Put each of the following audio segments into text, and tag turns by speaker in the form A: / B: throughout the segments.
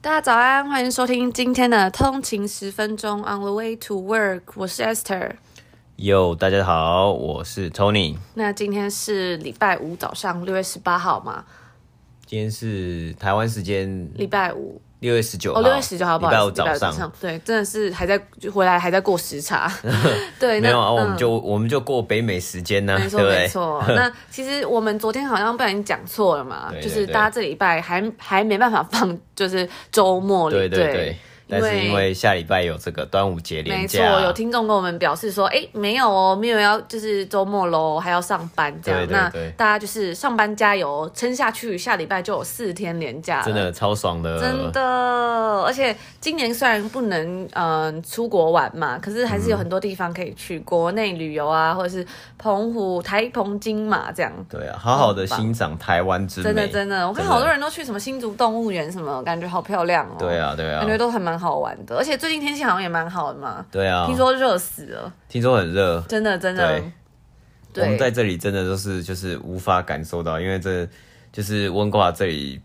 A: 大家早安，欢迎收听今天的通勤十分钟 On the way to work，我是 Esther。
B: 哟，大家好，我是 Tony。
A: 那今天是礼拜五早上六月十八号嘛？
B: 今天是台湾时间
A: 礼拜五
B: 六月十九号，
A: 哦，六月十九号，不
B: 啊礼
A: 好
B: 拜
A: 意
B: 五
A: 思，礼
B: 早
A: 拜五早
B: 上
A: 上。，对，真的是还在回来，还在过时 差。对，那
B: 没有啊，我们
A: 嗯
B: 就我们就过北美时间呢，
A: 没
B: 对不
A: 错没
B: 对？
A: 错。那其实我们昨天好像不小心讲错了嘛，
B: 对对
A: 就是
B: 对
A: 大家这礼拜还还没办法放，就是周末里
B: 对对对。但是因为下礼拜有这个端午节
A: 没
B: 连
A: 错，
B: 假，
A: 有听众跟我们表示说，哎、没有哦，没有要就是周末喽，还要上班这样。
B: 对对对
A: 那大家就是上班加油，撑下去，下礼拜就有四天连假了
B: 真的超爽的，
A: 真的，而且今年虽然不能嗯、呃出国玩嘛，可是还是有很多地方可以去，国内旅游啊，或者是澎湖、台澎金马这样。
B: 对啊，好好的
A: 很棒
B: 欣赏台湾之美，
A: 真的真的，我看
B: 真的
A: 好多人都去什么新竹动物园什么，感觉好漂亮哦。
B: 对，啊对啊
A: 感觉都还蛮好玩的，而且最近天气好像也蛮好的嘛。
B: 对啊，
A: 听说热死了，
B: 听说很热，
A: 真的真的。
B: 我们在这里真的都是就是无法感受到，因为这就是温哥华这里，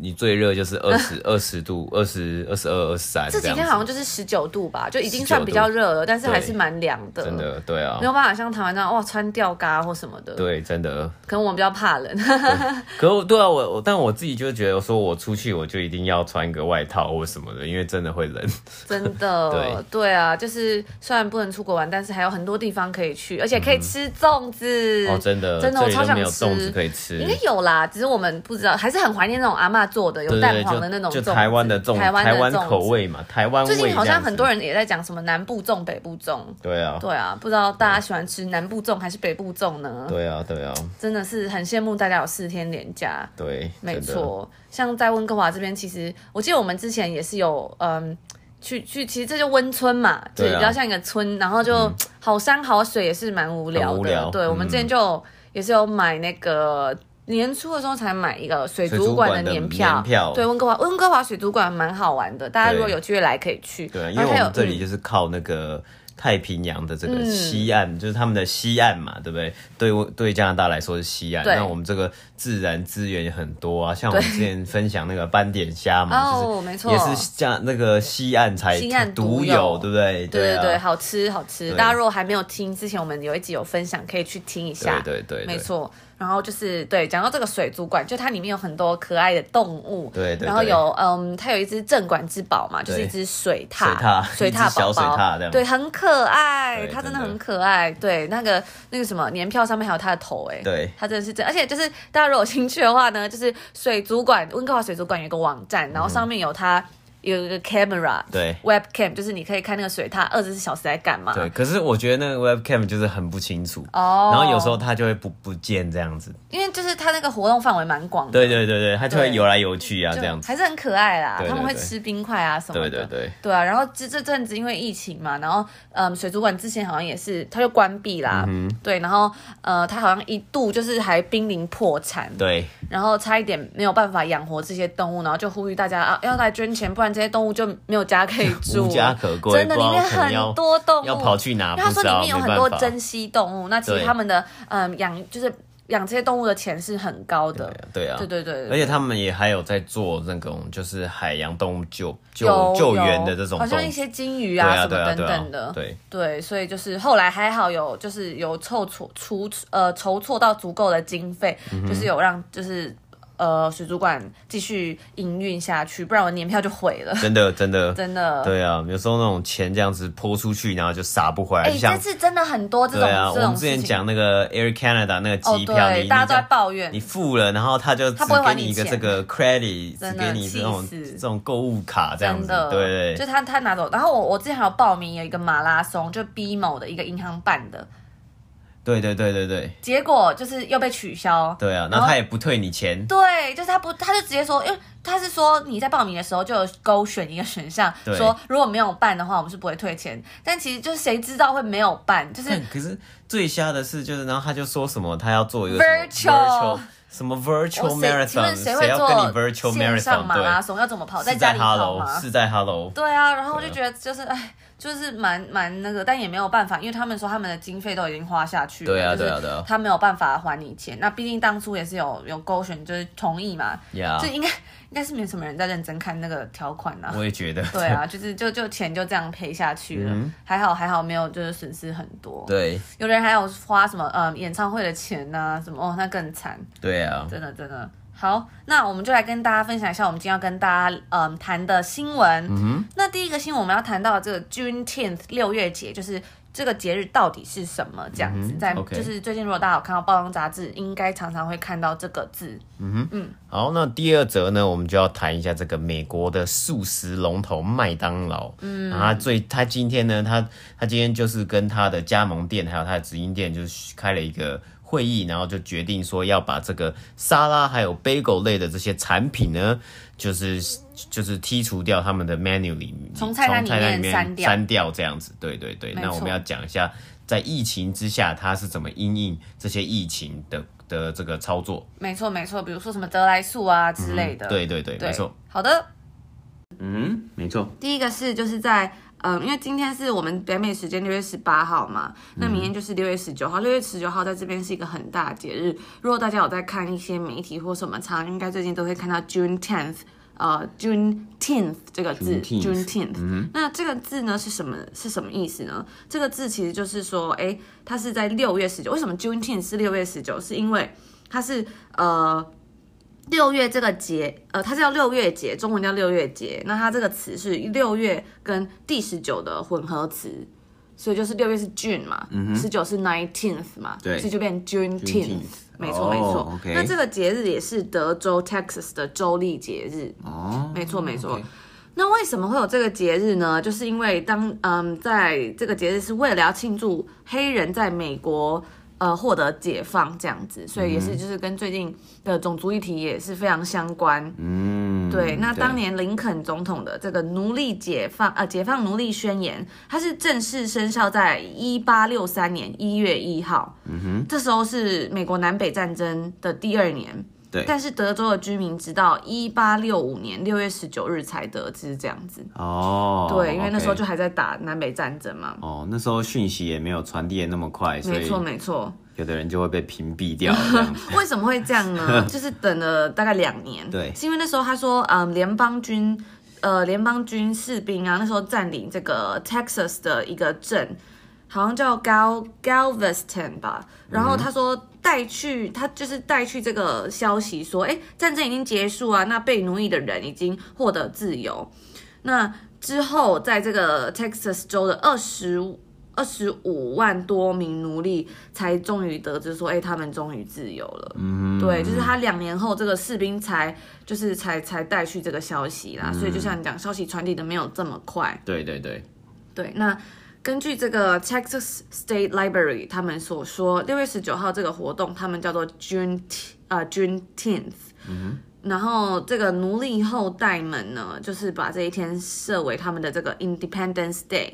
B: 你最热 就是二十二十度、二十二十二、二十三
A: 这
B: 这
A: 几
B: 样
A: 天好像
B: 子，
A: 就是十九度吧，就已经
B: 19
A: 算比较热了，但是
B: 对
A: 还是蛮凉的，
B: 真的对啊
A: 没，有办法像台湾那样哇穿吊嘎或什么的。
B: 对真的。
A: 可能我们比较怕冷，
B: 可我对啊，我我但我自己就觉得说，我出去我就一定要穿个外套或什么的，因为真的会冷。
A: 真的。
B: 对
A: 啊，就是虽然不能出国玩，但是还有很多地方可以去，而且可以吃粽子。
B: 嗯哦，真的，
A: 真的
B: 这
A: 我
B: 里
A: 超
B: 都
A: 想
B: 没有
A: 吃
B: 粽子可以吃
A: 应。该有啦，只是我们不知道，还是很怀念那种阿嬷做的有
B: 对
A: 蛋
B: 对
A: 黄的那
B: 对，
A: 种
B: 就
A: 粽
B: 就台湾的粽
A: 子
B: 子，
A: 台湾的
B: 台湾
A: 粽子
B: 口。味嘛，台湾味。
A: 最近好像很多。人也在讲什么南部粽、北部粽。
B: 对啊，
A: 对啊，不知道大家喜欢吃南部粽还是北部粽呢？
B: 对啊，对啊，
A: 真的是很羡慕大家有四天连假。
B: 对，
A: 没
B: 真的，
A: 错，像在温哥华这边，其实我记得我们之前也是有嗯。去去，其实这就温村嘛，就
B: 对啊嗯
A: 比较像一个村，然后就好山好水也是蛮无聊的。
B: 很无聊嗯
A: 对，我们之前就有也是有买那个年初的时候才买一个水族馆的年
B: 水族馆的年票
A: 对，温哥华温哥华水族馆蛮好玩的，大家
B: 对
A: 如果有机会来可以去。
B: 对，因
A: 然
B: 为
A: 后
B: 我
A: 还有
B: 们这里
A: 嗯
B: 就是靠那个太平洋的这个西岸，就是他们的西岸嘛，对不对？对我对加拿大来说是西岸，
A: 对
B: 那我们这个自然资源也很多啊，像我们之前分享那个斑点虾嘛，
A: 哦
B: 就
A: 没
B: 是
A: 错
B: 也是加那个西岸才
A: 西岸独
B: 独
A: 有
B: 对不对？
A: 对对
B: 啊
A: 对，好吃好吃。
B: 对
A: 大家如果还没有听，之前我们有一集有分享，可以去听一下。
B: 对对对对
A: 没错。然后就是对，讲到这个水族馆，就它里面有很多可爱的动物。
B: 对对
A: 然后
B: 对
A: 有嗯，它有一只镇馆之宝嘛，就是
B: 对
A: 一只水獭，水獭
B: 水獭一只
A: 宝
B: 小水
A: 宝
B: 獭这，样
A: 对，很可爱，
B: 对
A: 它真的
B: 真的
A: 很可爱。对，那个那个什么年票上面还有它的头，哎，
B: 对
A: 它真的是真，而且就是大家如果有兴趣的话呢，就是水族馆温哥华水族馆有一个网站，然后上面有它。有一个 camera，
B: 嗯对
A: webcam，就是你可以看那个水獭二十四小时在干嘛。
B: 对，可是我觉得那个 webcam 就是很不清楚，
A: 啊哦
B: 然后有时候它就会不不见这样子，
A: 因为就是它那个活动范围蛮广的，
B: 对对对对，它就
A: 对
B: 会游来游去啊
A: 就
B: 这样子，
A: 还是很可爱啦。
B: 对对
A: 他们会
B: 对
A: 吃冰块啊什么的。
B: 对对对。
A: 对啊，然后这这阵子因为疫情嘛，然后嗯，水族馆之前好像也是，它就关闭啦，
B: 嗯
A: 对，然后呃，它好像一度就是还濒临破产，
B: 对，
A: 然后差一点没有办法养活这些动物，然后就呼吁大家啊要来捐钱，不然这些动物就没有家可以住，
B: 无家可归，
A: 真的
B: 不
A: 里
B: 知
A: 面
B: 道可能要
A: 很多动物
B: 要跑去哪？
A: 因为哦他
B: 不
A: 说
B: 知
A: 里
B: 道，
A: 面有
B: 没
A: 很
B: 办
A: 多
B: 法
A: 珍稀动物，那其实
B: 对
A: 他们的嗯养就是养这些动物的钱是很高的。
B: 对啊，
A: 对对对，
B: 而且他们也还有在做那种就是海洋动物救
A: 有
B: 救救援的这种
A: 有好
B: 动
A: 像一
B: 作，
A: 些金鱼
B: 对
A: 啊
B: 啊
A: 什
B: 对
A: 么
B: 啊
A: 等
B: 对
A: 等
B: 啊
A: 的，，
B: 对
A: 对，所以就是后来还好有就是有凑筹出呃筹措到足够的经费，
B: 嗯
A: 就是有让就是呃水族馆继续营运下去，不然我年票就毁了，
B: 真的真的
A: 真的。
B: 对啊，有时候那种钱这样子泼出去，然后就撒不回来，
A: 哎、
B: 就
A: 这
B: 像。
A: 次真的很多这种、
B: 对啊，我
A: 这种
B: 们
A: 事
B: 之
A: 情。
B: 前讲那个 Air Canada 那个
A: 哦，
B: 机票，你
A: 对，
B: 你
A: 大家都在
B: 这样
A: 抱怨，
B: 你付了，然后他就只
A: 他不会还
B: 给
A: 你
B: 你一个
A: 钱
B: 这个 credit，只
A: 真的
B: 给你这种
A: 气死
B: 这种购物卡这样
A: 真
B: 子
A: 的，，
B: 对
A: 就
B: 对，
A: 他他拿走。然后我我之前还有报名有一个马拉松，就 B 某的一个银行办的，
B: 对对对对对
A: 结果就是又被取消。
B: 对啊，
A: 然
B: 然
A: 后
B: 后他也不退你钱，
A: 对，就是他不，他就直接说，因为他是说你在报名的时候就有勾选一个选项，
B: 对
A: 说如果没有办的话，我们是不会退钱。但其实就是谁知道会没有办， 就是
B: 但可是最瞎的是，就是然后他就说什么，他要做一个
A: Virtual
B: virtual 什么
A: 我
B: virtual
A: 谁请
B: marathon，
A: 问谁会
B: 要
A: 做
B: 跟你 virtual
A: 线上马拉
B: marathon？
A: 松？要怎么跑？
B: 对，是
A: 家里跑
B: Hello，
A: 吗？
B: 是在 Hello，
A: 对啊，然后我就
B: 对
A: 觉
B: 啊
A: 得就是哎，就是蛮蛮那个，但也没有办法，因为他们说他们的经费都已经花下去了，
B: 对啊
A: 就是
B: 对啊对啊
A: 他没有办法还你钱。那毕竟当初也是有有勾选，就是同意嘛，
B: 呀
A: 就，应该该是没什么人在认真看那个条款啊。
B: 我也觉得，
A: 对啊，就是就就钱就这样赔下去了，还好还好没有就是损失很多。
B: 嗯对
A: 有的人还有花什么呃演唱会的钱呐、什么哦，那更惨，
B: 对啊，
A: 真的真的。好，那我们就来跟大家分享一下我们今天要跟大家嗯谈的新闻。嗯那第一个新闻我们要谈到这个 Juneteenth 六月节，就是这个节日到底是什么？这样子，在
B: 嗯 OK
A: 就是最近如果大家有看到包装杂志，应该常常会看到这个字。
B: 好，那第二则呢，我们就要谈一下这个美国的素食龙头麦当劳。嗯，啊，最他今天呢，他他今天就是跟他的加盟店还有他的直营店，就是开了一个会议，然后就决定说要把这个沙拉还有 bagel 类的这些产品呢，就是就是剔除掉他们的 menu 里面，
A: 从菜单里面
B: 从
A: 删掉
B: 删掉这样子。对对对，
A: 没
B: 那我们
A: 错
B: 要讲一下在疫情之下，它是怎么因应这些疫情的的这个操作。
A: 没错没错，比如说什么得来速啊之类的。
B: 嗯对对对，
A: 对，
B: 没错。。
A: 好的，
B: 嗯，没错。
A: 第一个是就是在嗯，因为今天是我们北美时间六月十八号嘛，那明天就是六月十九号。六月十九号在这边是一个很大的节日，如果大家有在看一些媒体或什么常应该最近都会看到 June tenth。呃，Juneteenth 这个字
B: Juneteenth
A: ，Juneteenth，、那这个字呢是什么？是什么意思呢？这个字其实就是说，哎、它是在六月十九。为什么 Juneteenth 是六月十九？是因为它是呃六月这个节，呃，它叫六月节，中文叫六月节。那它这个词是六月跟第十九的混合词，所以就是六月是 June 嘛，十九、是 nineteenth 嘛，
B: 对
A: 所以就变 Juneteenth
B: Juneteenth。
A: 没错
B: 哦
A: 没错
B: OK
A: 那这个节日也是德州 Texas 的州立节日，
B: 哦，
A: 没错没错
B: OK。
A: 那为什么会有这个节日呢？就是因为当嗯，在这个节日是为了要庆祝黑人在美国呃获得解放这样子，所以也
B: 嗯
A: 是就是跟最近的种族议题也是非常相关。
B: 嗯，
A: 对，那当年林肯总统的这个奴隶解放呃解放奴隶宣言，它是正式生效在一八六三年一月一号。嗯哼，这时候是美国南北战争的第二年。
B: 对
A: 但是德州的居民直到一八六五年六月十九日才得知这样子。
B: 哦，
A: 对，因为那时候就
B: OK
A: 还在打南北战争嘛。
B: 哦，那时候讯息也没有传递的那么快，所
A: 没
B: 以
A: 错，没错。
B: 有的人就会被屏蔽掉这样 子。
A: 为什么会这样呢？ 就是等了大概两年，
B: 对
A: 是因为那时候他说，嗯，联邦军，呃，联邦军士兵啊，那时候占领这个 Texas 的一个镇，好像叫 Gal Galveston 吧，然后他说。带去他就是带去这个消息说，哎，战争已经结束啊，那被奴役的人已经获得自由。那之后，在这个 Texas 州的二十二十五万多名奴隶才终于得知说，哎、他们终于自由了。嗯，对，就是他两年后，这个士兵才就是才才带去这个消息啦。所以就像你讲，消息传递的没有这么快。
B: 对对对，
A: 对，那根据这个 Texas State Library 他们所说，六月十九号这个活动，他们叫做 June 呃 Juneteenth。然后这个奴隶后代们呢，就是把这一天设为他们的这个 Independence Day。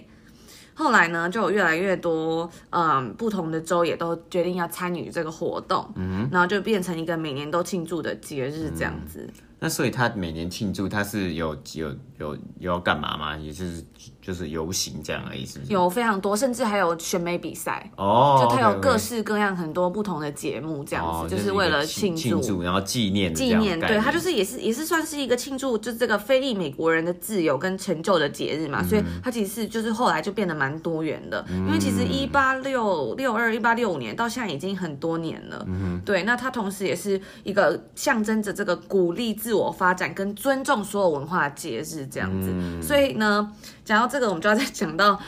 A: 后来呢，就有越来越多嗯不同的州也都决定要参与这个活动，嗯、然后就变成一个每年都庆祝的节日这样子。
B: 那所以他每年庆祝，他是有有有有要干嘛吗？也就是就是游行这样而已，是不是？
A: 有非常多，甚至还有选美比赛。
B: 哦，
A: 就它有
B: OK，OK
A: 各式各样很多不同的节目，这样子、
B: 哦，
A: 就是
B: 一个
A: 为了
B: 庆
A: 庆祝。
B: 祝，然后纪念的这
A: 纪
B: 样
A: 念，
B: 概
A: 对，它就
B: 念
A: 是也是也是算是一个庆祝，就是这个非裔美国人的自由跟成就的节日嘛，所
B: 嗯
A: 以它其实是就是后来就变得蛮多元的，因为其实一八六六二、一八六五年到现在已经很多年了，
B: 嗯
A: 对，那它同时也是一个象征着这个鼓励自我发展跟尊重所有文化的节日这样子，
B: 嗯
A: 所以呢，讲到这个，我们就要再讲到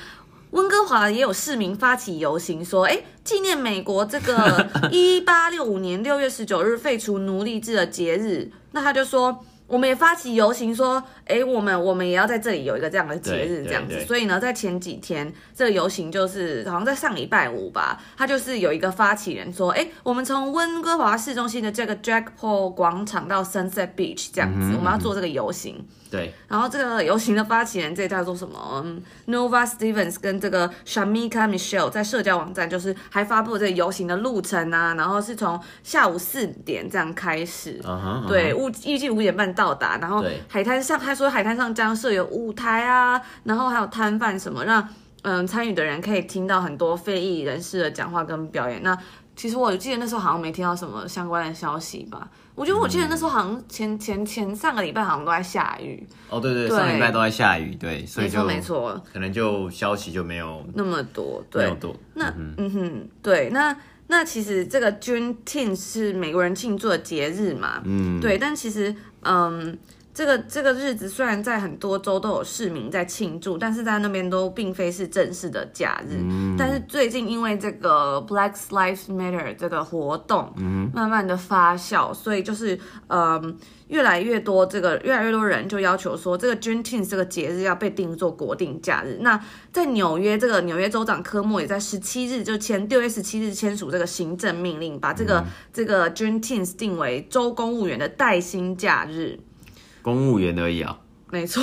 A: 温哥华也有市民发起游行，说：“哎，纪念美国这 个一八六五年六月十九日废除奴隶制的节日。”那他就说。我们也发起游行，说，哎、我们我们也要在这里有一个这样的节日，
B: 对
A: 这样子
B: 对。对
A: 所以呢，在前几天，这个游行就是好像在上礼拜五吧，他就是有一个发起人说，哎、我们从温哥华市中心的这个 Jack Paul 广场到 Sunset Beach 这样
B: 嗯
A: 子，我们要做这个游行。
B: 对
A: 然后这个游行的发起人，这一叫做什么、嗯、？Nova Stevens 跟这个 Shamika Michelle 在社交网站就是还发布这个游行的路程啊，然后是从下午四点这样开始。
B: 啊哈，啊
A: 对，
B: 哈
A: 预预计五点半到达，然后
B: 对
A: 海滩上，他说海滩上将设有舞台啊，然后还有摊贩什么，让嗯参与的人可以听到很多非裔人士的讲话跟表演。那其实我记得那时候好像没听到什么相关的消息吧。我觉得我记得那时候好像前前前上个礼拜好像都在下雨，
B: 哦，对对，
A: 对
B: 上礼拜都在下雨，对，所以
A: 没错
B: 就
A: 没，错，
B: 可能就消息就没有
A: 那么多
B: 没
A: 对
B: 有。多。
A: 那嗯哼，对，那那其实这个 Juneteenth 是美国人庆祝的节日嘛，嗯，对，但其实嗯，这个这个日子虽然在很多州都有市民在庆祝，但是在那边都并非是正式的假日。
B: 嗯
A: 但是最近因为这个 Black Lives Matter 这个活动，
B: 嗯
A: 慢慢的发酵，所以就是嗯。越来越多这个越来越多人就要求说，这个 Juneteenth 这个节日要被定做国定假日。那在纽约，这个纽约州长科莫也在十七日就签六月十七日签署这个行政命令，把这个、
B: 嗯
A: 这个 Juneteenth 定为州公务员的带薪假日。
B: 公务员而已啊，
A: 没 错，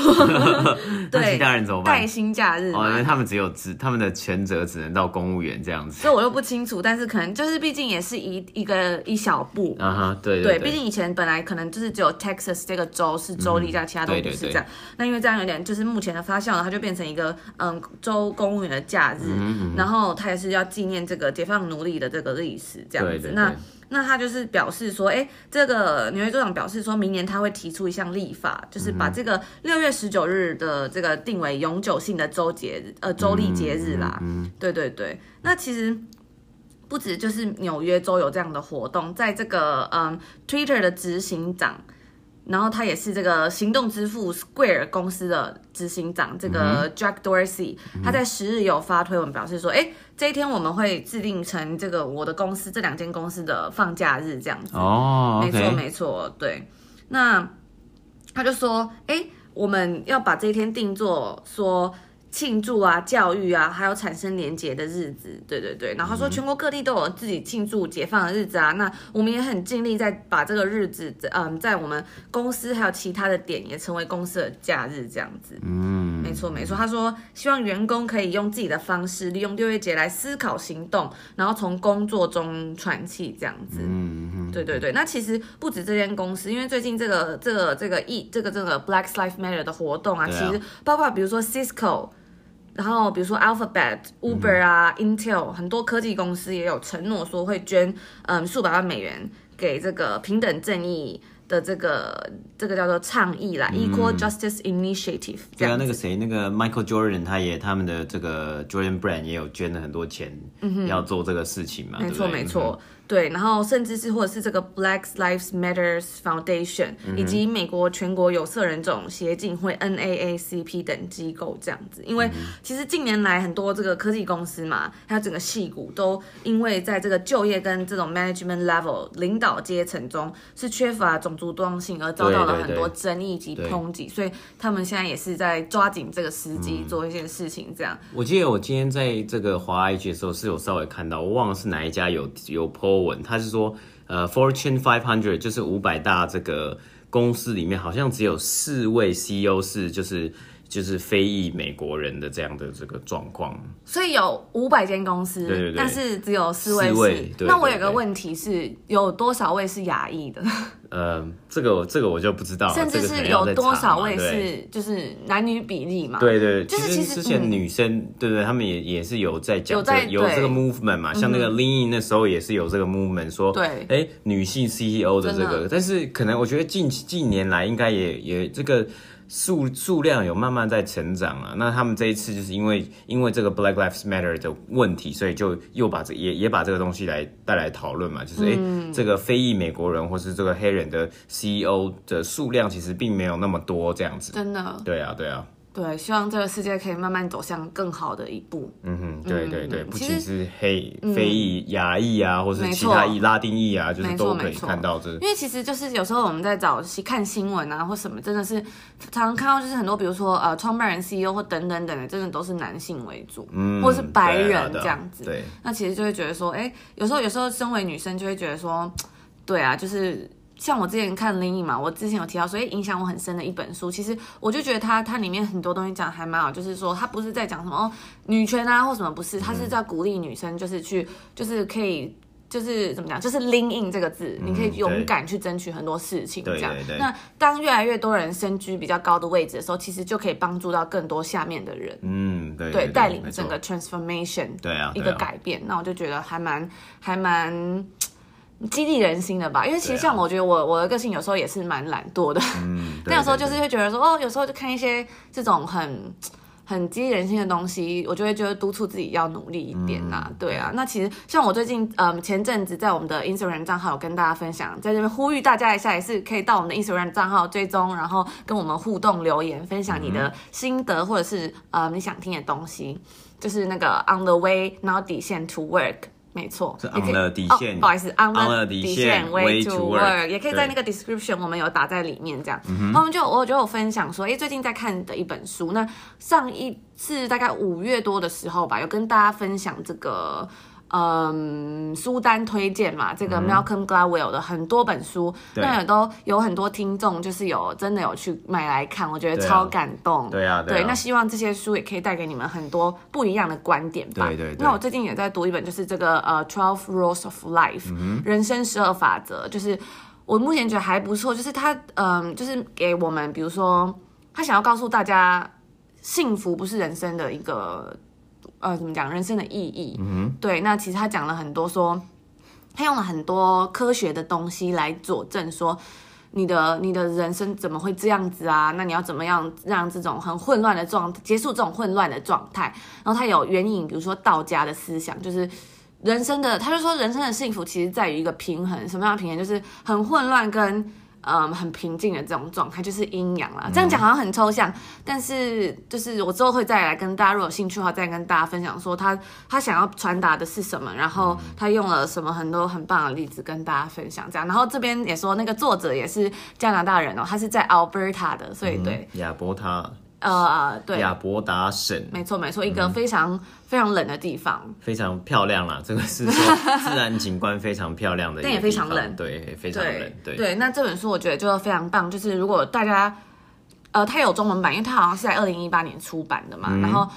B: 那
A: 对
B: 其他人怎么办
A: 带？薪假日
B: 哦，因
A: 嘛。
B: 为他们只有只他们的全责只能到公务员这样子。
A: 所以我又不清楚，但是可能就是毕竟也是一一个一小步
B: 啊哈，对
A: 对，
B: 对，
A: 毕竟以前本来可能就是只有 Texas 这个州是州立假，其他都
B: 对
A: 不
B: 嗯对
A: 是
B: 对
A: 这样。那因为这样有点就是目前的发酵呢，它就变成一个嗯州公务员的假
B: 嗯
A: 日，然后它也是要纪念这个解放奴隶的这个历史这样子。
B: 对对
A: 那
B: 对
A: 那他就是表示说，哎，这个纽约州长表示说明年他会提出一项立法，
B: 嗯
A: 就是把这个六月十九日的这个定为永久性的州节日，呃，州立节日啦。
B: 嗯
A: 对对对，那其实。不止就是纽约州有这样的活动，在这个嗯 Twitter 的执行长，然后他也是这个行动支付 Square 公司的执行长，这个 Jack Dorsey，、他在十日有发推文表示说，哎、这一天我们会制定成这个我的公司这两间公司的放假日这样子。
B: 哦
A: 没错，
B: ，OK，
A: 没错，对。那他就说，哎、我们要把这一天定做说庆祝啊、教育啊，还有产生连结的日子，对对对。然后他说，
B: 嗯
A: 全国各地都有自己庆祝解放的日子啊，那我们也很尽力在把这个日子，嗯，在我们公司还有其他的点也成为公司的假日这样子。
B: 嗯，
A: 没错没错，他说希望员工可以用自己的方式，利用六月节来思考行动，然后从工作中喘气这样子。嗯对对对。那其实不止这间公司，因为最近这个这个这个一这个这个 Black Lives Matter 的活动啊，
B: 对
A: 其
B: 啊
A: 实包括比如说 Cisco。然后，比如说 Alphabet、Uber 啊、Intel，很多科技公司也有承诺说会捐嗯数百万美元给这个平等正义的这个这个叫做倡议啦、e q u a l Justice Initiative 这
B: 对啊，
A: 样
B: 那个谁，那个 Michael Jordan，他也他们的这个 Jordan Brand 也有捐了很多钱，要做这个事情嘛，
A: 嗯没错，
B: 对嗯不对
A: 没，错，对。然后甚至是或者是这个 Black Lives Matters Foundation，、以
B: 嗯
A: 及美国全国有色人种协进会 NAACP 等机构这样子。因为
B: 嗯
A: 其实近年来很多这个科技公司嘛，还有整个戏股都因为在这个就业跟这种 management level 领导阶层中是缺乏种族多样性，而遭到
B: 对
A: 了
B: 对
A: 很多争议及
B: 对
A: 抨击，所以他们现在也是在抓紧这个时
B: 嗯
A: 机做一些事情这样。
B: 我记得我今天在这个华 IG 的时候是有稍微看到，我忘了是哪一家有有 po 文，他是说呃 Fortune 500就是五百大这个公司里面，好像只有四位 CEO 是就是就是非裔美国人的这样的这个状况。
A: 所以有五百间公司，
B: 对对对
A: 但是只有四位是。
B: 四位对对
A: 那我有
B: 对
A: 个问题是，有多少位是亚裔的，
B: 呃，这个我这个我就不知道 了，
A: 甚
B: 啊这
A: 至
B: 个可
A: 是
B: 能要
A: 有
B: 再
A: 多
B: 查
A: 少
B: 嘛
A: 位
B: 对
A: 是就是男女比例嘛？
B: 对对，
A: 就是
B: 其
A: 其实
B: 之前
A: 嗯
B: 女生，对对，他们也也是有在讲
A: 有
B: 这个
A: 在
B: 有这
A: 对
B: 个
A: 嗯
B: movement 嘛，像那个 Lean 那时候也是有这个 movement 说，
A: 对
B: 哎，女性 CEO 的这
A: 真
B: 个，
A: 的
B: 但是可能我觉得近近年来应该也也这个。数数量有慢慢在成长啊，那他们这一次就是因为因为这个 Black Lives Matter 的问题，所以就又把这也也把这个东西来带来讨论嘛，就是哎、诶
A: 嗯
B: 这个非裔美国人或是这个黑人的 CEO 的数量其实并没有那么多这样子，
A: 真的，
B: 对啊对啊，
A: 对，希望这个世界可以慢慢走向更好的一步。
B: 嗯哼，对对对，
A: 嗯
B: 不
A: 其实嗯
B: 仅是黑、非裔、亚裔啊，或是
A: 没
B: 其
A: 错
B: 他裔、拉丁裔啊，就是
A: 没
B: 都
A: 错
B: 可以
A: 没错
B: 看到这。
A: 因为其实就是有时候我们在找看新闻啊或什么，真的是常常看到就是很多，比如说呃创办人 CEO 或等等等的，真的都是男性为主，
B: 嗯
A: 或是白
B: 对啊
A: 人
B: 对啊
A: 这样子。
B: 对，
A: 那其实就会觉得说，哎、有时候有时候身为女生就会觉得说，对啊，就是像我之前看《灵异》嘛，我之前有提到说，所以影响我很深的一本书，其实我就觉得它它里面很多东西讲得还蛮好，就是说它不
B: 嗯
A: 是在讲什么、哦、女权啊或什么，不是，它是在鼓励女生就是去就是可以。就是怎么讲，就是 lean in 这个字，你可以勇
B: 嗯对
A: 敢去争取很多事情，
B: 对
A: 这样
B: 对。对
A: 那当越来越多人身居比较高的位置的时候，其实就可以帮助到更多下面的人，
B: 嗯，对
A: 对，
B: 对，
A: 带领
B: 没错
A: 整个 transformation
B: 对啊，
A: 一
B: 对
A: 个
B: 啊
A: 改变。那我就觉得还蛮还蛮激励人心的吧，因为其实
B: 对啊
A: 像我觉得我我的个性有时候也是蛮懒惰的，
B: 嗯，对
A: 那有时候就
B: 对
A: 是
B: 对
A: 会觉得说，哦，有时候就看一些这种很很激励人心的东西，我就会觉得督促自己要努力一点啦、
B: 嗯
A: 对啊。那其实像我最近，嗯，前阵子在我们的 Instagram 账号有跟大家分享，在这边呼吁大家一下，也是可以到我们的 Instagram 账号追踪，然后跟我们互动留言，分享你
B: 嗯
A: 的心得或者是呃你想听的东西，就是那个 on the way，然后底线 to work。没错，
B: 是
A: 也可以
B: on the 底
A: 哦
B: 线
A: 不好意思，on
B: on
A: the
B: the
A: 底
B: 底
A: 线
B: 线
A: way
B: way
A: to
B: to
A: work，
B: work，
A: 也可以在
B: 对嗯
A: 那个。那个 description 我们有打在里面，这样。然后我们就我就有分享说，哎、最近在看的一本书，那上一次大概五月多的时候吧，有跟大家分享这个。嗯，书单推荐嘛，这个 Malcolm Gladwell 的很多本书，
B: 嗯对
A: 那也都有很多听众，就是有真的有去买来看，我觉得
B: 对啊
A: 超感动。
B: 对啊对啊
A: 对，那希望这些书也可以带给你们很多不一样的观点吧。
B: 对对对
A: 那我最近也在读一本，就是这个呃《Twelve Rules of Life、人
B: 嗯
A: 生十二法则，就是我目前觉得还不错，就是它嗯、就是给我们，比如说他想要告诉大家，幸福不是人生的一个呃怎么讲，人生的意义。嗯，对。那其实他讲了很多说。他用了很多科学的东西来佐证说，你的你的人生怎么会这样子啊？那你要怎么样让这种很混乱的状结束这种混乱的状态？然后他有援引，比如说道家的思想，就是人生的，他就说人生的幸福其实在于一个平衡，什么样的平衡？就是嗯很混乱跟。嗯，很平静的这种状态就是阴阳啦。这样讲好像很抽象，但是就是我之后会再来跟大家，如果有兴趣的话，再跟大家分享说他他想要传达的是什么，然后他用了什么很多很棒的例子跟大家分享。这样，然后这边也说那个作者也是加拿大人哦，他是在 Alberta 的，所以对，
B: 嗯亚伯塔
A: 呃，对，
B: 亚伯达省
A: 没错没错，
B: 嗯
A: 一个非常、非常冷的地方，
B: 非常漂亮啦，这个 是说自然景观非常漂亮的一个
A: 但
B: 地方，
A: 也非常冷
B: 对，非常冷，对，
A: 对，那这本书我觉得就非常棒，就是如果大家，呃，它有中文版，因为它好像是在二零一八年出版的嘛，
B: 嗯
A: 然后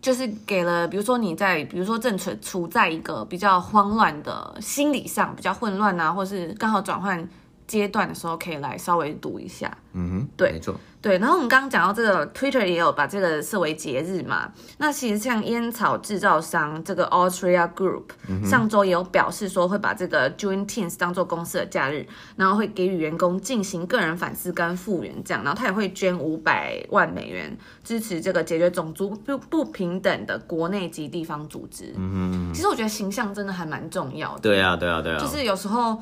A: 就是给了，比如说你在，比如说正处处在一个比较慌乱的心理上，比较混乱啊，或是刚好转换阶段的时候，可以来稍微读一下。
B: 嗯哼，
A: 对
B: 没错，
A: 对，然后我们刚刚讲到这个，Twitter 也有把这个设为节日嘛。那其实像烟草制造商这个 Altria Group，、上周也有表示说会把这个 Juneteenth 当做公司的假日，然后会给予员工进行个人反思跟复原这样，然后他也会捐五百万美元支持这个解决种族不不平等的国内及地方组织。嗯其实我觉得形象真的还蛮重要的，
B: 对啊，对啊，对啊，
A: 就是有时候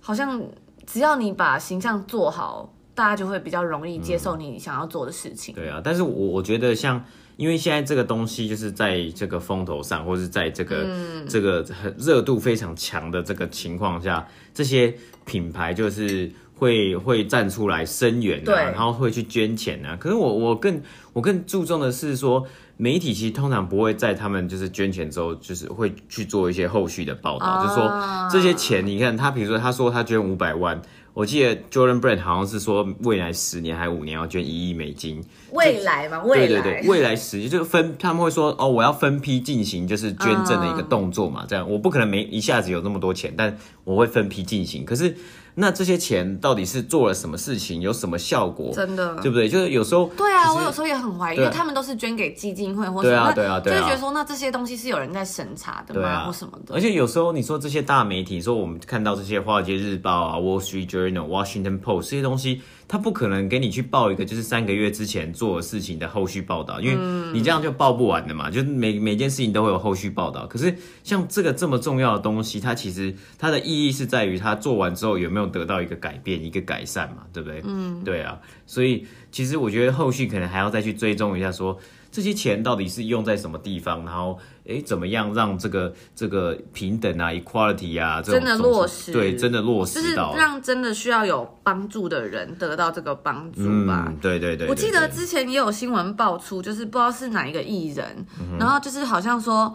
A: 好像只要你把形象做好，大家就会比较容易接受你想要做的事情。
B: 嗯对啊，但是我我觉得像，因为现在这个东西就是在这个风头上，或是在这个、
A: 嗯
B: 这个很热度非常强的这个情况下，这些品牌就是会会站出来声援啊，
A: 对
B: 然后会去捐钱啊。可是我我更我更注重的是说，媒体其实通常不会在他们就是捐钱之后，就是会去做一些后续的报道，
A: 啊
B: 就是说这些钱，你看他比如说他说他捐五百万。我记得 Jordan Brand 好像是说未来十年还五年要捐一亿美金，
A: 未来嘛，未来
B: 对对对，未来时就是分，他们会说哦，我要分批进行，就是捐赠的一个动作
A: 嗯
B: 嘛，这样我不可能没一下子有那么多钱，但我会分批进行。可是那这些钱到底是做了什么事情，有什么效果，
A: 真的
B: 对不对？就是有时候
A: 对啊，
B: 就是
A: 我有时候也很怀疑，因
B: 对
A: 为他们都是捐给基金会或什
B: 对啊
A: 么，
B: 对啊
A: 那就
B: 对啊
A: 会觉得说，那这些东西是有人在审查的
B: 对
A: 吗，
B: 啊
A: 或什么的
B: 而。且有时候你说这些大媒体，说我们看到这些《华尔街日报》啊，《Wall Street Journal》、《Washington Post》这些东西，它不可能给你去报一个就是三个月之前做的事情的后续报道，因
A: 嗯
B: 为你这样就报不完的嘛，就是每每件事情都会有后续报道。可是像这个这么重要的东西，它其实它的意义是在于它做完之后有没有得到一个改变、一个改善嘛，对不对？嗯，对啊，所以其实我觉得后续可能还要再去追踪一下说这些钱到底是用在什么地方，然后诶怎么样让这个这个平等啊、equality 啊这种
A: 真的
B: 种族
A: 落实
B: 对，真的落
A: 就
B: 实
A: 是
B: 到，
A: 让真的需要有帮助的人得到这个帮助吧。
B: 嗯，对对对对
A: 我记得
B: 对
A: 之前也有新闻爆出，就是不知道是哪一个艺人，
B: 嗯
A: 然后就是好像说，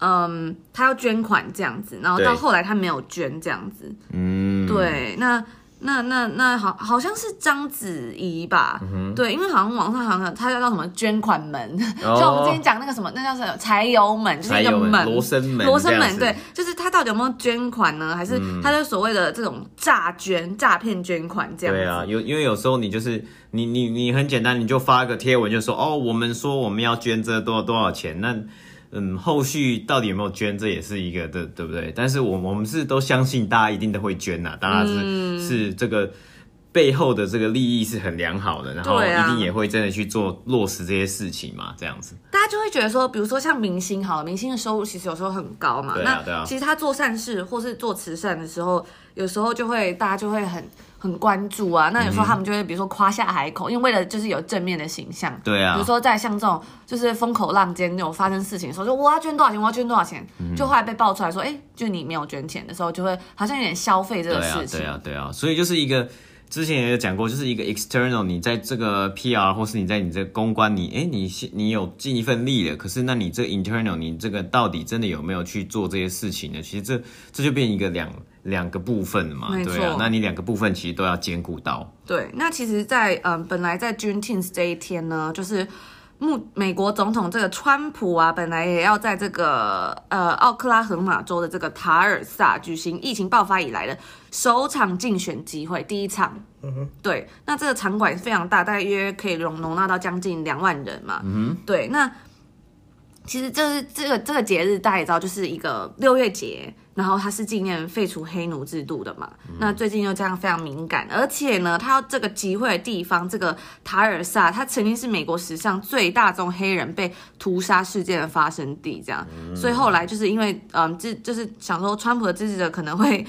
A: 嗯，他要捐款这样子，然后
B: 对
A: 到后来他没有捐这样子，
B: 嗯，
A: 对，那那那那好，好像是章子怡吧？
B: 嗯
A: 对，因为好像网上好像它叫什么捐款门，
B: 哦
A: 就我们之前讲那个什么，那叫什么柴油门，就是
B: 柴
A: 一个
B: 油门
A: 门，
B: 罗生门
A: 罗生
B: 这样
A: 门，
B: 子嗯
A: 对，就是它到底有没有捐款呢？还是它的所谓的这种诈捐、诈骗捐款这样子？
B: 对啊，有因为有时候你就是你你你很简单，你就发个贴文就说哦，我们说我们要捐这多少多少钱，那嗯，后续到底有没有捐，这也是一个对对不对？但是我我们是都相信大家一定都会捐呐、当然是、
A: 嗯
B: 是这个。背后的这个利益是很良好的，然后
A: 对啊
B: 一定也会真的去做落实这些事情嘛，这样子。
A: 大家就会觉得说，比如说像明星好了，明星的收入其实有时候很高嘛。
B: 对啊对
A: 那
B: 啊
A: 其实他做善事或是做慈善的时候，有时候就会大家就会很很关注啊。那有时
B: 嗯
A: 候他们就会比如说夸下海口，因为为了就是有正面的形象。
B: 对啊
A: 比如说在像这种就是风口浪尖有发生事情的时候，就我要捐多少钱，我要捐多少钱，
B: 嗯
A: 就后来被爆出来说，哎、就你没有捐钱的时候，就会好像有点消费这个
B: 对啊
A: 事，情。
B: 对啊，对啊，所以就是一个之前也有讲过，就是一个 external，你在这个 PR 或是你在你这个公关，你哎，你是你有尽一份力了，可是那你这 internal，你这个到底真的有没有去做这些事情呢？其实这这就变一个两两个部分了嘛
A: 没，
B: 对
A: 错
B: 啊，那你两个部分其实都要兼顾到，
A: 对，那其实在，嗯，本来在 Juneteenth 这一天呢，就是目美国总统这个川普啊，本来也要在这个呃奥克拉荷马州的这个塔尔萨举行疫情爆发以来的首场竞选集会，第一场。对，那这个场馆非常大，大约可以容容纳到将近两万人嘛。嗯对，那其实就是这个这个节日，大家也知道，就是一个六月节，然后它是纪念废除黑奴制度的嘛。那最近又这样非常敏感，而且呢，它这个集会的地方，这个塔尔萨，它曾经是美国史上最大宗黑人被屠杀事件的发生地，这样。所以后来就是因为，嗯，这就是想说，川普的支持者可能会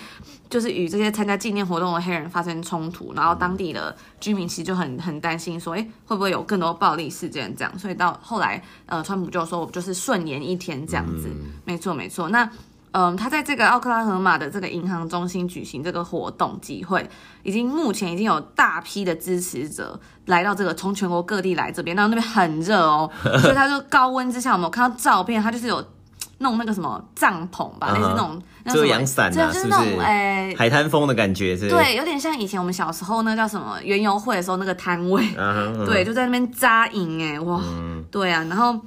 A: 就是与这些参加纪念活动的黑人发生冲突，然后当地的居民其实就很很担心说，诶，会不会有更多暴力事件这样？所以到后来，呃，川普就说我们就是顺延一天这样子，
B: 嗯
A: 没错没错。那嗯，他在这个奥克拉荷马的这个银行中心举行这个活动集会，已经目前已经有大批的支持者来到这个，从全国各地来这边，然后那边很热 哦，所以他就高温之下，我们有看到照片，他就是有弄那个什么帐篷吧，
B: 嗯
A: 类
B: 哼
A: 似那种那
B: 遮
A: 什么
B: 阳伞
A: 就
B: 啊，
A: 就是是
B: 不
A: 那种
B: 是？
A: 哎。
B: 海滩风的感觉是，，
A: 对，有点像以前我们小时候那叫什么园游会的时候那个摊位，
B: 嗯哼，
A: 对，就在那边扎营哎，哇，对啊，然后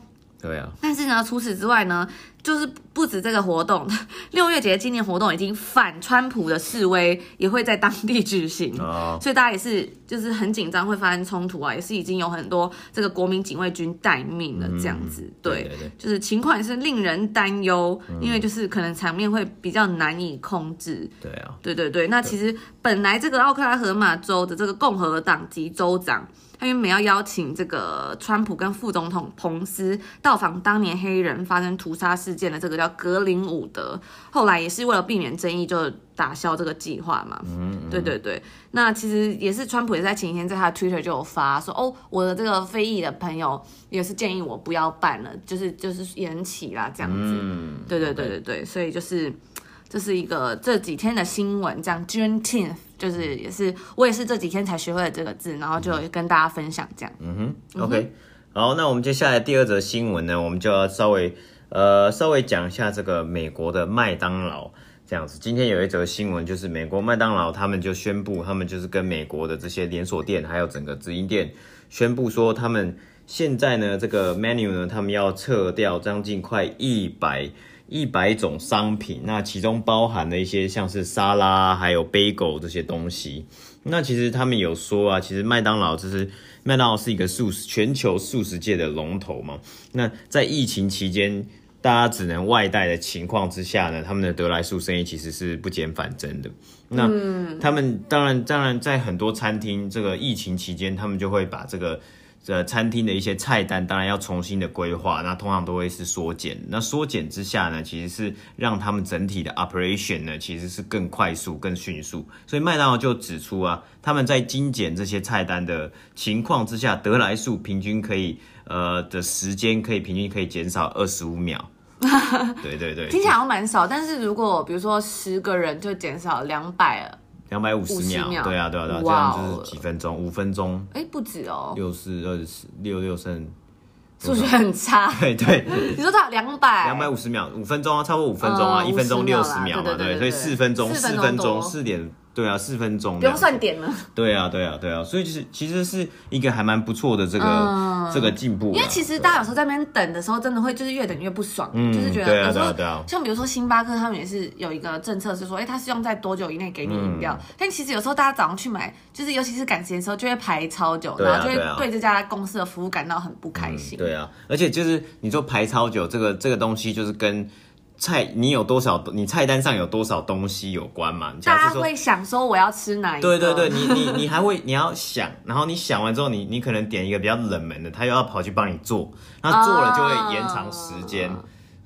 B: 对啊，
A: 但是呢，除此之外呢，就是不止这个活动，六月节纪念活动已经反川普的示威也会在当地举行。
B: 哦，
A: 所以大家也是就是很紧张，会发生冲突啊，也是已经有很多这个国民警卫军待命了这样子，
B: 嗯对嗯对对
A: 就是情况也是令人担忧，因为就是可能场面会比较难以控制，
B: 对啊，
A: 对对对，那其实本来这个奥克拉荷马州的这个共和党籍州长，他原本要邀请这个川普跟副总统彭斯到访当年黑人发生屠杀事件的这个叫格林伍德，后来也是为了避免争议，就打消这个计划嘛。对对对，那其实也是川普也在前一天在他的 Twitter 就有发说，哦，我的这个非裔的朋友也是建议我不要办了，就是就是延期啦这样子。
B: 嗯，
A: 对对对对对，所以就是这是一个这几天的新闻，这样 Juneteenth 就是也是我也是这几天才学会了这个字，然后就跟大家分享这样。
B: 嗯 OK，好，那我们接下来第二则新闻呢，我们就要稍微呃稍微讲一下这个美国的麦当劳这样子。今天有一则新闻，就是美国麦当劳他们就宣布，他们就是跟美国的这些连锁店还有整个直营店宣布说，他们现在呢这个 menu 呢，他们要撤掉将近快一百。一百种商品，那其中包含了一些像是沙拉，还有 bagel 这些东西。那其实他们有说啊，其实麦当劳就是麦当劳是一个素食全球素食界的龙头嘛。那在疫情期间，大家只能外带的情况之下呢，他们的得来速生意其实是不减反增的。那、他们当然当然在很多餐厅这个疫情期间，他们就会把这个。呃，餐厅的一些菜单当然要重新的规划，那通常都会是缩减。那缩减之下呢，其实是让他们整体的 operation 呢，其实是更快速、更迅速。所以麦当劳就指出啊，他们在精简这些菜单的情况之下，得来速平均可以呃的时间可以平均可以减少二十五 秒。对对对，
A: 听起来好像蛮少，但是如果比如说十个人就减少两百，
B: 两百五十秒
A: 50秒，
B: 对啊对啊对啊，这
A: 哇哦
B: 样就是几分钟，五分钟，
A: 哎，不止哦，
B: 六四二十六六剩，。
A: 数学很差
B: 对对。
A: 你说他有两百，
B: 两百五十秒，五分钟啊，差不多五分钟啊，
A: 哦
B: 一分钟
A: 50秒
B: 六
A: 啦
B: 十秒嘛，
A: 对对对
B: 所
A: 对对
B: 以四分钟，
A: 四
B: 四
A: 分钟
B: 分
A: 多
B: 钟，四点对啊，四分钟
A: 不
B: 这样
A: 用
B: 子，
A: 算点了，
B: 对啊，对啊，对啊，所以就是其实是一个还蛮不错的这个、这个进步啦，
A: 嗯因为其实大家有时候在那边等的时候，真的会就是越等越不爽，就是觉
B: 对
A: 得
B: 啊
A: 有时
B: 对
A: 候
B: 啊对啊
A: 像比如说星巴克，他们也是有一个政策是说，哎，它是用在多久以内给你饮料，
B: 嗯
A: 但其实有时候大家早上去买，就是尤其是赶时间的时候，就会排超久，
B: 对啊
A: 然后就
B: 对啊
A: 会对这家公司的服务感到很不开心。
B: 对啊，而且就是你说排超久这个这个东西，就是跟菜你有多少，你菜单上有多少东西有关嘛？你
A: 大
B: 假
A: 家
B: 设说。
A: 会想说我要吃哪一个？
B: 对对对，你你你还会你要想，然后你想完之后你，你可能点一个比较冷门的，他又要跑去帮你做，那做了就会延长时间。
A: 啊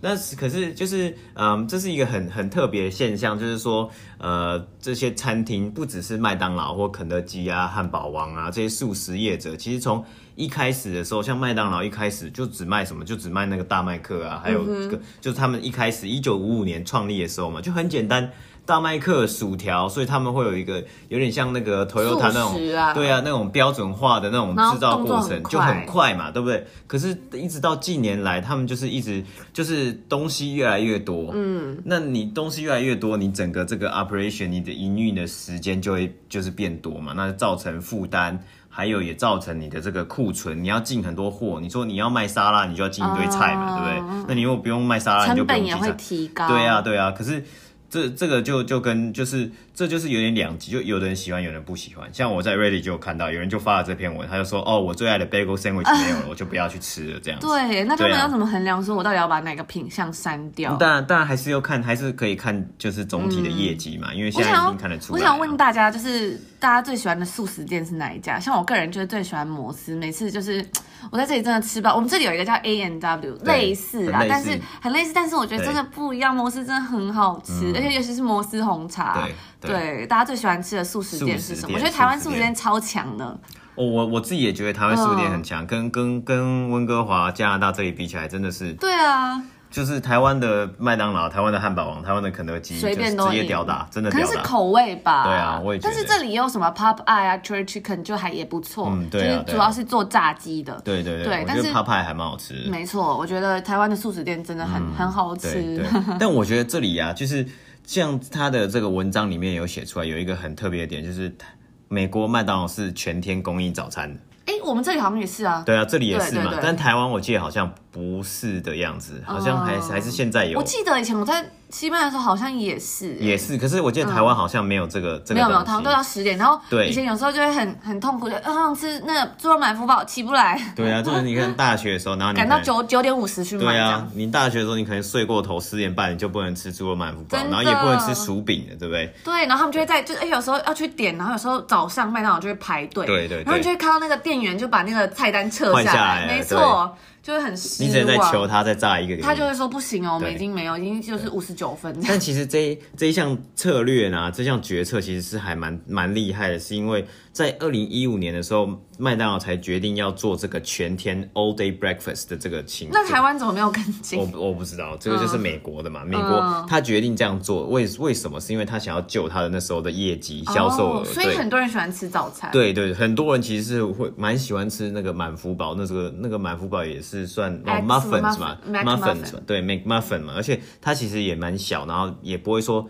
B: 那是可是就是嗯，这是一个很很特别的现象，就是说呃，这些餐厅不只是麦当劳或肯德基啊、汉堡王啊这些素食业者，其实从一开始的时候，像麦当劳一开始就只卖什么，就只卖那个大麦克啊，
A: 嗯
B: 还有这个、就是他们一开始一九五五年创立的时候嘛，就很简单。大麦克薯条，所以他们会有一个有点像那个 Toyota
A: 速
B: 那种，
A: 食啊
B: 对啊，那种标准化的那种
A: 然后
B: 制造
A: 动作
B: 过
A: 很
B: 程就
A: 快
B: 很快嘛，对不对？可是，一直到近年来，他们就是一直就是东西越来越多，嗯，那你东西越来越多，你整个这个 operation，你的营运的时间就会就是变多嘛，那造成负担，还有也造成你的这个库存，你要进很多货，你说你要卖沙拉，你就要进一堆菜嘛，
A: 哦
B: 对不对？那你如果不用卖沙拉，你
A: 成
B: 就不
A: 本
B: 用进
A: 也
B: 菜
A: 会。提高。
B: 对啊，对啊，可是这这个就就跟就是这就是有点两极，就有的人喜欢，有人不喜欢。像我在 Reddit 就有看到有人就发了这篇文，他就说哦，我最爱的 bagel sandwich 没有了，我就不要去吃了这样子。
A: 对，那他
B: 对
A: 们
B: 啊
A: 要怎么衡量说我到底要把哪个品相删掉？
B: 当然，当然还是要看，还是可以看，就是总体的业绩嘛，因为
A: 嗯我
B: 现在
A: 想
B: 已
A: 要
B: 经看得出
A: 我
B: 来了。
A: 想问大家，就是大家最喜欢的素食店是哪一家？像我个人就是最喜欢摩斯，每次就是我在这里真的吃饱。我们这里有一个叫 A N W，
B: 对
A: 类似啊，
B: 很类似
A: 但是很类似，但是我觉得
B: 对
A: 真的不一样。摩斯真的很好吃，而且尤其是摩斯红茶。
B: 对对
A: 对，大家最喜欢吃的素食店是
B: 素食
A: 什么？
B: 店
A: 我觉得台湾
B: 素
A: 素
B: 食
A: 食
B: 店
A: 店超强的，
B: 哦，我我自己也觉得台湾素店很强，跟跟跟温哥华、加拿大这里比起来，真的是
A: 对啊，
B: 就是台湾的麦当劳、台湾的汉堡王、台湾的肯德基，
A: 随便
B: 就是
A: 都
B: 直接
A: 赢
B: 吊打，真的
A: 可
B: 吊
A: 能是
B: 打。
A: 口味吧。
B: 对啊我也觉
A: 但
B: 得
A: 是这里也有什么 Pop Eye 啊、Church Chicken 就还也不错，
B: 嗯对
A: 就
B: 啊
A: 是
B: 对啊
A: 主要是做炸鸡的。
B: 对对
A: 对
B: 我
A: 但
B: 觉得
A: 是
B: 怕派还蛮好吃的。
A: 没错，我觉得台湾的素食店真的很、很好
B: 嗯对
A: 吃
B: 对。， 但我觉得这里啊，就是像他的这个文章里面有写出来，有一个很特别的点，就是美国麦当劳是全天供应早餐的。
A: 哎、我们这里好像也是啊。
B: 对啊，这里也是
A: 对
B: 嘛，
A: 对对
B: 但台湾我记得好像不是的样子，好像还、还是现在有
A: 我。记得以前我在西班牙的时候好像也是、
B: 也是，可是我记得台湾好像没有这个、这
A: 嗯没
B: 个
A: 有没有，
B: 东
A: 他们
B: 西
A: 都。要十点，然后
B: 对
A: 以前有时候就会很很痛苦，就嗯想吃那个猪肉满福堡起不来，
B: 对啊，就是你看大学的时候，然后你
A: 赶到
B: 可能
A: 九九点五十去买
B: 嗯对
A: 这
B: 啊
A: 样。，
B: 你大学的时候你可能睡过头，四点半你就不能吃猪肉满福包，
A: 真
B: 然
A: 的
B: 后也不能吃薯饼了，对不对？
A: 对，然后他们就会在，就哎、有时候要去点，然后有时候早上麦当劳就会排队，
B: 对对对
A: 然后你就会看到那个店员就把那个菜单撤
B: 换
A: 下
B: 下来了
A: 没错，就会很失望。
B: 你只能再求他再炸一个给你。
A: 他就会说不行哦，我们
B: 对
A: 已经没有，已经就是五十九分这样。
B: 但其实这一这一项策略呢，这项决策其实是还蛮蛮厉害的，是因为在二零一五年的时候，麦当劳才决定要做这个全天 all day breakfast 的这个情。
A: 那台湾怎么没有跟进
B: 我？不我不知道，这个
A: 嗯
B: 就是美国的嘛。美国他决定这样做，为为什么？是因为他想要救他的那时候的业绩销售额。
A: 哦所以
B: 对
A: 很多人喜欢吃早餐。，
B: 对对，很多人其实是会蛮喜欢吃那个满福堡，那这个那个满福堡也是算哦
A: Mac-
B: muffins 嘛
A: Mac-
B: ，muffins
A: Muffin
B: 嘛对 make muffin 嘛，而且它其实也蛮小，然后也不会说。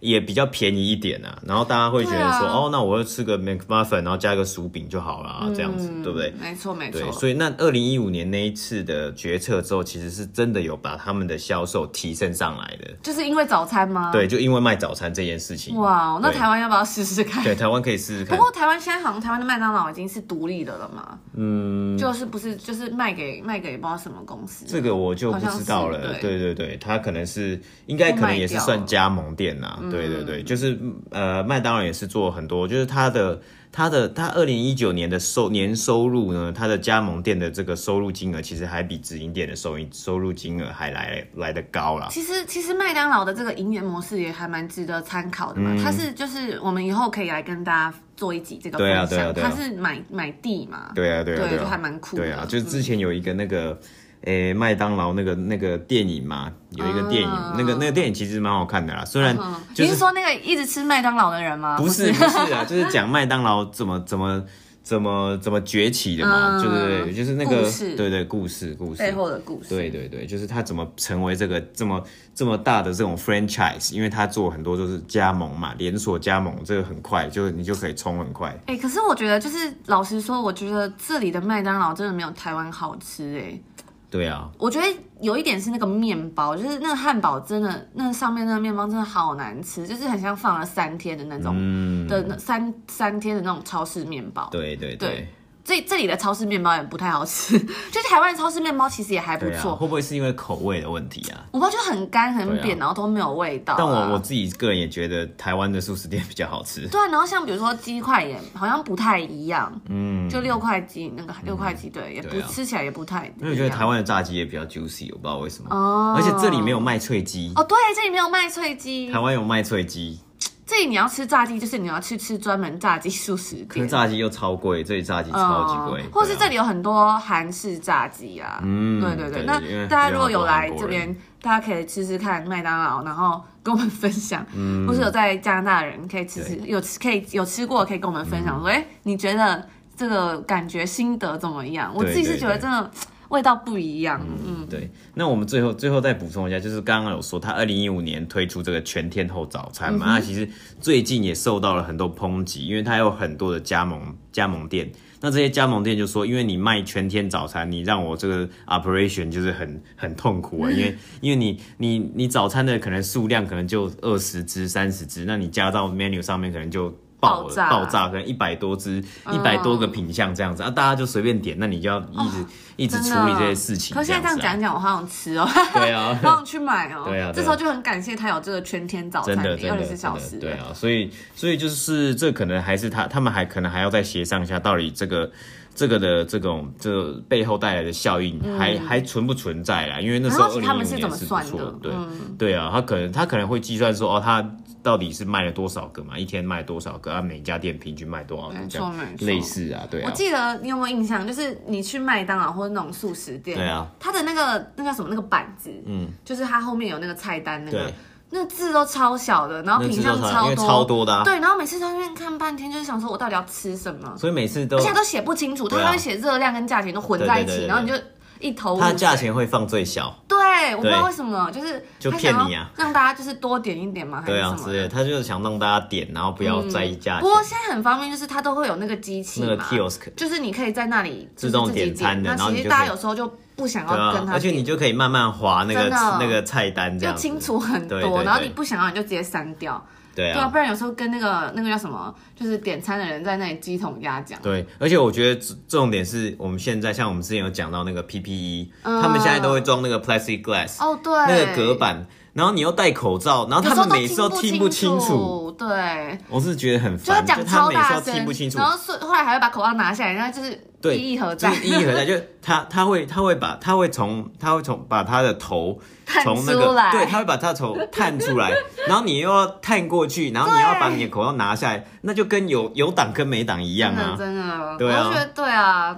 B: 也比较便宜一点啊，然后大家会觉得说，
A: 对啊
B: 哦，那我要吃个 make muffin，然后加一个薯饼就好了、啊，这样子，
A: 嗯
B: 对不对？
A: 没错没
B: 对，
A: 错。
B: 所以那二零一五年那一次的决策之后，其实是真的有把他们的销售提升上来的。
A: 就是因为早餐吗？。
B: 对，就因为卖早餐这件事情。
A: 啊哇，那
B: 对
A: 台湾要不要试试看？
B: 对台湾可以试 试
A: 不
B: 看。
A: 过台湾现在好像台湾的麦当劳已经是独立的了嘛，嗯，就是不是就是卖给卖给不知道什么公司，
B: 这个我就不知道
A: 好
B: 了
A: 像。是
B: 对对对，他可能是应该可能也是算加盟店啦。
A: 嗯
B: 对对对，就是呃，麦当劳也是做很多，就是他的他的他二零一九年的收年收入呢，他的加盟店的这个收入金额其实还比直营店的收益收入金额还来来的高啦。
A: 其实其实麦当劳的这个营业模式也还蛮值得参考的嘛，
B: 嗯
A: 它是就是我们以后可以来跟大家做一集这个分
B: 对啊
A: 享，
B: 对啊对啊
A: 它是买买地嘛，
B: 对啊，对啊，
A: 对
B: 啊，
A: 就还蛮酷的
B: 对啊，就是之前有一个那
A: 嗯
B: 个，诶、麦当劳那个那个电影嘛，有一个电影，
A: 啊
B: 那个那个电影其实蛮好看的啦，虽然
A: 嗯，
B: 就
A: 你
B: 是
A: 是说那个一直吃麦当劳的人吗？
B: 不是不是啊，就是讲麦当劳怎么怎么。怎么怎么崛起的嘛，
A: 嗯
B: 对对对，就是那个
A: 故事
B: 对对故事故事
A: 背后的故事。
B: 对对对，就是他怎么成为这个这么这么大的这种 franchise，因为他做很多就是加盟嘛，连锁加盟，这个很快，就你就可以冲很快。
A: 哎、可是我觉得，就是老实说，我觉得这里的麦当劳真的没有台湾好吃哎、
B: 对啊，
A: 我觉得有一点是那个面包，就是那个汉堡真的，那上面那个面包真的好难吃，就是很像放了三天的那种、
B: 嗯，
A: 的那三三天的那种超市面包。
B: 对对
A: 对这这里的超市面包也不太好吃， 就台湾的超市面包其实也还不
B: 对啊，
A: 错，
B: 会不会是因为口味的问题啊？
A: 我包就很干很扁，
B: 对啊
A: 然后都没有味道啊、
B: 但我我自己个人也觉得台湾的素食店比较好吃。
A: 对啊，然后像比如说鸡块也好像不太一样，嗯，就六块鸡那个六块鸡对，也不、
B: 对啊
A: 吃起来也不太一样。
B: 因为我觉得台湾的炸鸡也比较 juicy，我不知道为什么，
A: 哦
B: 而且这里没有卖脆鸡，
A: 哦，对，这里没有卖脆鸡
B: 台，湾有卖脆鸡，
A: 这里你要吃炸鸡，就是你要去吃专门炸鸡素食
B: 可是
A: 店，
B: 炸鸡又超贵，这里炸鸡超级贵，
A: 嗯或是
B: 对
A: 这
B: 啊
A: 里有很多韩式炸鸡啊，
B: 嗯
A: 对对对。那
B: 因为
A: 大家
B: 因为
A: 如果
B: 好多
A: 有来
B: 韩国
A: 这
B: 人
A: 边，大家可以吃吃看麦当劳，然后跟我们分享，
B: 嗯
A: 或是有在加拿大的人可以吃吃，有吃可以有吃过可以跟我们分
B: 嗯
A: 享说，哎、你觉得这个感觉心得怎么样？我
B: 对
A: 自己是
B: 对
A: 觉得
B: 对
A: 真的味道不一样，嗯，
B: 对，那我们最后最后再补充一下，就是刚刚有说他二零一五年推出这个全天候早餐
A: 嗯
B: 嘛，啊那、其实最近也受到了很多抨击，因为它有很多的加盟加盟店，那这些加盟店就说，因为你卖全天早餐，你让我这个 operation 就是很很痛苦
A: 嗯
B: 啊，因为因为你你你早餐的可能数量可能就二十只三十只，那你加到 menu 上面可能就。爆了
A: 爆炸嗯
B: 爆炸，可能一百多只，一百多个品相这样子、啊，大家就随便点，那你就要一
A: 哦
B: 直、一直
A: 真
B: 处
A: 的
B: 理这些事情。
A: 可是现在这样
B: 子啊
A: 讲一讲，我好想吃哦，
B: 对
A: 好
B: 啊，
A: 想去买哦。
B: 对啊对啊
A: 这时候就很感谢他有这个全天早
B: 真
A: 餐
B: 的
A: 店，
B: 真
A: 二
B: 的
A: 十四
B: 真
A: 小
B: 的
A: 时。
B: 对啊，所以所以就是这可能还是他他们还可能还要再协商一下，到底这个这个的这种这个背后带来的效应还、还存不存在啦？因为那
A: 嗯
B: 时
A: 然后其实
B: 候二零
A: 他们
B: 一
A: 是
B: 五
A: 怎
B: 年
A: 么
B: 是不
A: 算
B: 错
A: 的嗯
B: 的，对、对啊，他可能他可能会计算说哦，他到底是卖了多少个嘛，一天卖多少个啊，每家店平均卖多少个
A: 没
B: 这
A: 错
B: 样，
A: 没错。
B: 类似啊，对
A: 我
B: 啊，
A: 记得你有没有印象？就是你去麦当劳或者那种素食店，
B: 对啊，
A: 它的那个那叫什么那个板子，嗯，就是它后面有那个菜单那个
B: 对，
A: 那字都超小的，然后
B: 那
A: 品
B: 制作
A: 相
B: 厂因为
A: 多，
B: 超多的、啊，
A: 对，然后每次在那边看半天，就是想说我到底要吃什么，
B: 所以每次都
A: 而且它都写不清楚，它
B: 对啊
A: 会写热量跟价钱都混在一
B: 对对
A: 起，
B: 对对
A: 然后你就一头雾
B: 它的
A: 水。
B: 价钱会放最小，
A: 对，我不知道
B: 对
A: 为什么，就是
B: 就
A: 他想
B: 骗
A: 要
B: 你啊
A: 让大家就是多点一点嘛，还是
B: 对
A: 什
B: 啊
A: 么
B: 之
A: 的嗯
B: 类的，他就是想让大家点，然后不要在意价
A: 不
B: 钱。
A: 过现在很方便，就是它都会有那个机器
B: 那
A: 嘛，
B: 个 kiosk
A: 就是你可以在那里就是
B: 自动
A: 自己
B: 点餐的
A: 那
B: 然后
A: 其
B: 你
A: 实
B: 就
A: 大
B: 可
A: 家
B: 以
A: 有时候就不想
B: 对
A: 要
B: 啊
A: 跟，他
B: 而且你
A: 点，
B: 就可以慢慢划那个
A: 真的
B: 那个菜单，
A: 就
B: 这样子
A: 清楚很
B: 对对
A: 多，
B: 对
A: 然后你不想要你就直接删掉，
B: 对
A: 对啊，
B: 啊，
A: 不然有时候跟那个那个叫什么，就是点餐的人在那里鸡同鸭讲，
B: 对，而且我觉得重重点是我们现在像我们之前有讲到那个 PPE，
A: 嗯
B: 他们现在都会装那个 plastic glass，
A: 哦对，
B: 那个隔板，然后你又戴口罩，然后他们每次
A: 有
B: 都
A: 时候
B: 听
A: 不
B: 不清楚，
A: 楚，对。
B: 我是觉得很
A: 就要
B: 烦，就
A: 讲
B: 他
A: 超
B: 每次
A: 大
B: 都
A: 声
B: 听不清，楚
A: 然，后是后来还会把口罩拿下来，然后就是
B: 对，
A: 意义何
B: 就
A: 在？
B: 是意义何在？ 就是他他会他会把他会从他会从把他的头
A: 探
B: 从那
A: 出
B: 个
A: 来
B: 对，他会把他的头探出来，然后你又要探过去，然后你要把
A: 对
B: 你的口罩拿下来，那就跟有有挡跟没挡一样
A: 真的
B: 啊。
A: 真的，
B: 对啊
A: 我就觉得对啊，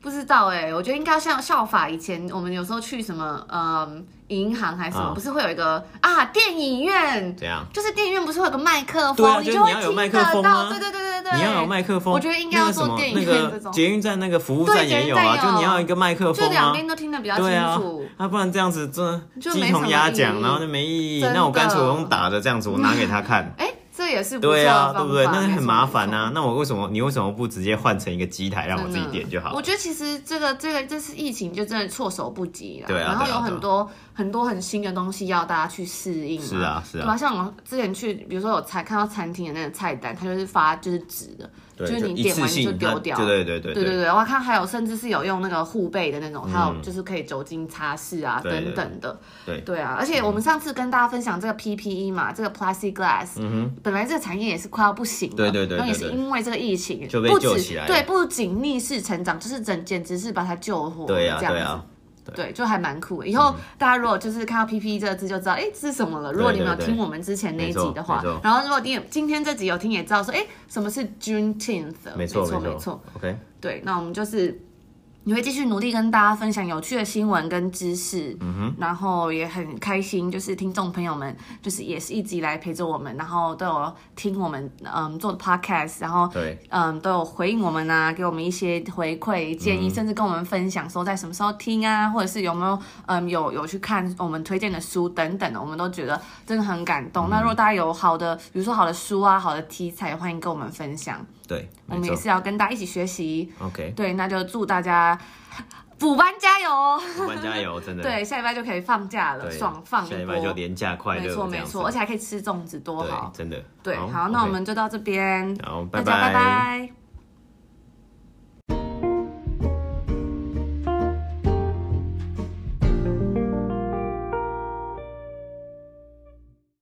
A: 不知道哎、我觉得应该像效法以前我们有时候去什么嗯银行还是什么，
B: 啊
A: 不是会有一个啊电影院，
B: 这样
A: 就是电影院不是会有个麦克
B: 对
A: 风，
B: 啊就是
A: 就会
B: 你要有
A: 听
B: 麦克
A: 得
B: 风
A: 到，
B: 啊
A: 对对对对对，
B: 你要有麦克风，
A: 我觉得应该要
B: 那个什
A: 做
B: 么
A: 电影
B: 那
A: 院这
B: 个
A: 种
B: 捷运站那个服务站
A: 对
B: 也有
A: 捷运
B: 啊，
A: 站有
B: 就你要一个麦克
A: 就
B: 风
A: 两
B: 啊。
A: 边都听得比较清
B: 对啊
A: 楚。，
B: 啊，不然这样子真的
A: 就
B: 鸡
A: 没什么
B: 同鸭
A: 意
B: 讲，
A: 义
B: 然后就没意义。
A: 真的
B: 那我干脆我用打的这样子，我拿给他看。
A: 哎、这也是不错
B: 对
A: 的
B: 啊，
A: 方
B: 对不对？
A: 法
B: 那很麻烦。
A: 没错没错
B: 啊。那我为什么你为什么不直接换成一个机台让我自己点就好
A: 我
B: 了？
A: 觉得其实这个这个这次疫情就真的措手不及了，
B: 对啊
A: 然后
B: 对啊
A: 有
B: 对啊
A: 很多、很多很新的东西要大家去适应、
B: 是啊是啊
A: 对吧？像我之前去，比如说有餐看到餐厅的那个菜单，它就是发就是纸的，
B: 对，
A: 是你
B: 一
A: 点
B: 次
A: 完你就
B: 性
A: 丢
B: 它
A: 掉，
B: 对对对
A: 对
B: 对嗯
A: 对，我看还有甚至是有用那个护背的那种，还有就是可以酒精擦拭啊
B: 对对
A: 等等的。
B: 对
A: 啊，而且我们上次跟大家分享这个 PPE 嘛，这个 plastic glass，本来这个产业也是快要不行了，
B: 嗯对对对
A: 然后也
B: 对
A: 是
B: 对
A: 因为这个疫情
B: 就被
A: 不
B: 救
A: 止
B: 起来了
A: 对，不仅逆势成长，就是整简直是把它救活，
B: 对呀
A: 这样
B: 对啊嗯
A: 子
B: 呀，
A: 对，就还蛮酷的。以后大家如果就是看到 PP 这个字就知道，哎、这是什么了。如果你们有
B: 对对
A: 听我们之前那一集的话
B: 没错没错，
A: 然后如果你也今天这集有听，也知道说，哎、什么是 Juneteenth，
B: 没错
A: 没错，
B: 没
A: 没错。
B: ，OK，
A: 对，那我们就是你会继续努力跟大家分享有趣的新闻跟知识，
B: 嗯
A: 然后也很开心，就是听众朋友们，就是也是一直以来陪着我们，然后都有听我们嗯做的 podcast，然后
B: 对，
A: 嗯都有回应我们啊，给我们一些回馈建
B: 嗯
A: 议，甚至跟我们分享说在什么时候听啊，或者是有没有嗯有有去看我们推荐的书等等的，我们都觉得真的很感
B: 嗯
A: 动。那如果大家有好的，比如说好的书啊，好的题材，欢迎跟我们分享，
B: 对，
A: 我
B: 没
A: 们也
B: 错
A: 是要跟大家一起学习。
B: ，OK，
A: 对，那就祝大家补班加油哦！
B: 伙伴加油，真 的，
A: 对，下礼拜就可以放假了，
B: 对，
A: 爽放一
B: 下
A: 波。
B: 礼拜就廉价快乐，
A: 没错
B: 这
A: 没
B: 样子
A: 错，而且还可以吃粽子，多好
B: 对，。真的，
A: 对，好，那
B: OK
A: 我们就到这边，
B: 好，
A: 大
B: 拜
A: 家拜
B: 拜。
A: 拜。